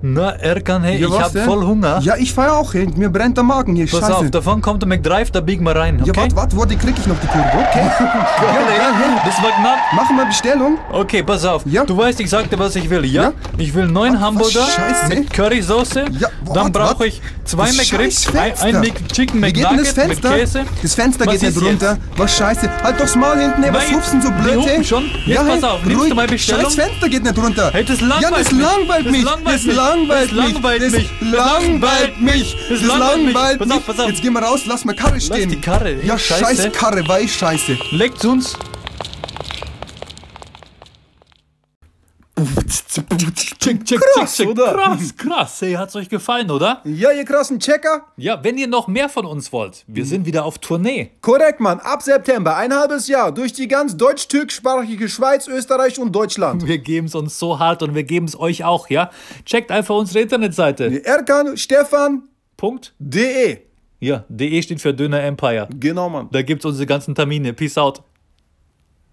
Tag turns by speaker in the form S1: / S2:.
S1: Na, Erkan, hey,
S2: Ja,
S1: ich
S2: was
S1: hab
S2: denn?
S1: voll Hunger.
S2: Ja, ich feier auch hin. Mir brennt der Magen hier.
S1: Pass
S2: Scheiße.
S1: auf, davon kommt der McDrive, da bieg mal rein, okay?
S2: Ja, warte, warte, warte, krieg ich noch die Kurve. Okay. ja, ja, ja.
S1: Das war knapp.
S2: Machen wir Bestellung.
S1: Okay, pass auf.
S2: Ja.
S1: Du weißt, ich sagte, was ich will, ja?
S2: Ja.
S1: Ich will neun
S2: was
S1: Hamburger
S2: Scheiße?
S1: mit Currysoße.
S2: Ja, wo-
S1: Dann
S2: warte,
S1: brauche
S2: warte.
S1: ich zwei
S2: Das
S1: McRibs,
S2: scheiß
S1: ein, ein
S2: Fenster.
S1: McChicken
S2: Wie geht denn
S1: McNugget
S2: das
S1: mit
S2: Fenster?
S1: Käse.
S2: Das Fenster
S1: Was
S2: geht nicht
S1: ist
S2: runter. Was scheiße. Halt doch's Maul hinten, ey. Was
S1: Nein,
S2: rufst denn so
S1: die
S2: blöd,
S1: hupen
S2: ey?
S1: schon. Jetzt pass auf, nimmst du mal Bestellung?
S2: Scheiß Fenster geht nicht runter.
S1: Hey, das
S2: ja,
S1: langweilt
S2: das
S1: mich.
S2: langweilt
S1: Das
S2: mich.
S1: langweilt
S2: Das
S1: mich.
S2: langweilt
S1: Das langweilt
S2: mich.
S1: mich. Das
S2: Das langweilt mich.
S1: Das langweilt mich. Pass auf, pass auf.
S2: Jetzt geh mal raus, lass mal Karre stehen.
S1: die Karre, ey,
S2: Ja,
S1: scheiße.
S2: scheiß Karre, weil scheiße.
S1: Leckt's uns. Check, check,
S2: Krass,
S1: check, check.
S2: oder?
S1: Krass, krass. Hey, hat's euch gefallen, oder?
S2: Ja, ihr krassen Checker.
S1: Ja, wenn ihr noch mehr von uns wollt, wir sind wieder auf Tournee.
S2: Korrekt, Mann. Ab September, ein halbes Jahr, durch die ganz deutsch-türkischsprachige Schweiz, Österreich und Deutschland.
S1: Wir geben's uns so hart und wir geben's euch auch, ja? Checkt einfach unsere Internetseite.
S2: Erkan Stefan
S1: Punkt.
S2: DE.
S1: Ja, de E steht für Döner Empire.
S2: Genau, Mann.
S1: Da gibt's unsere ganzen Termine. Peace out.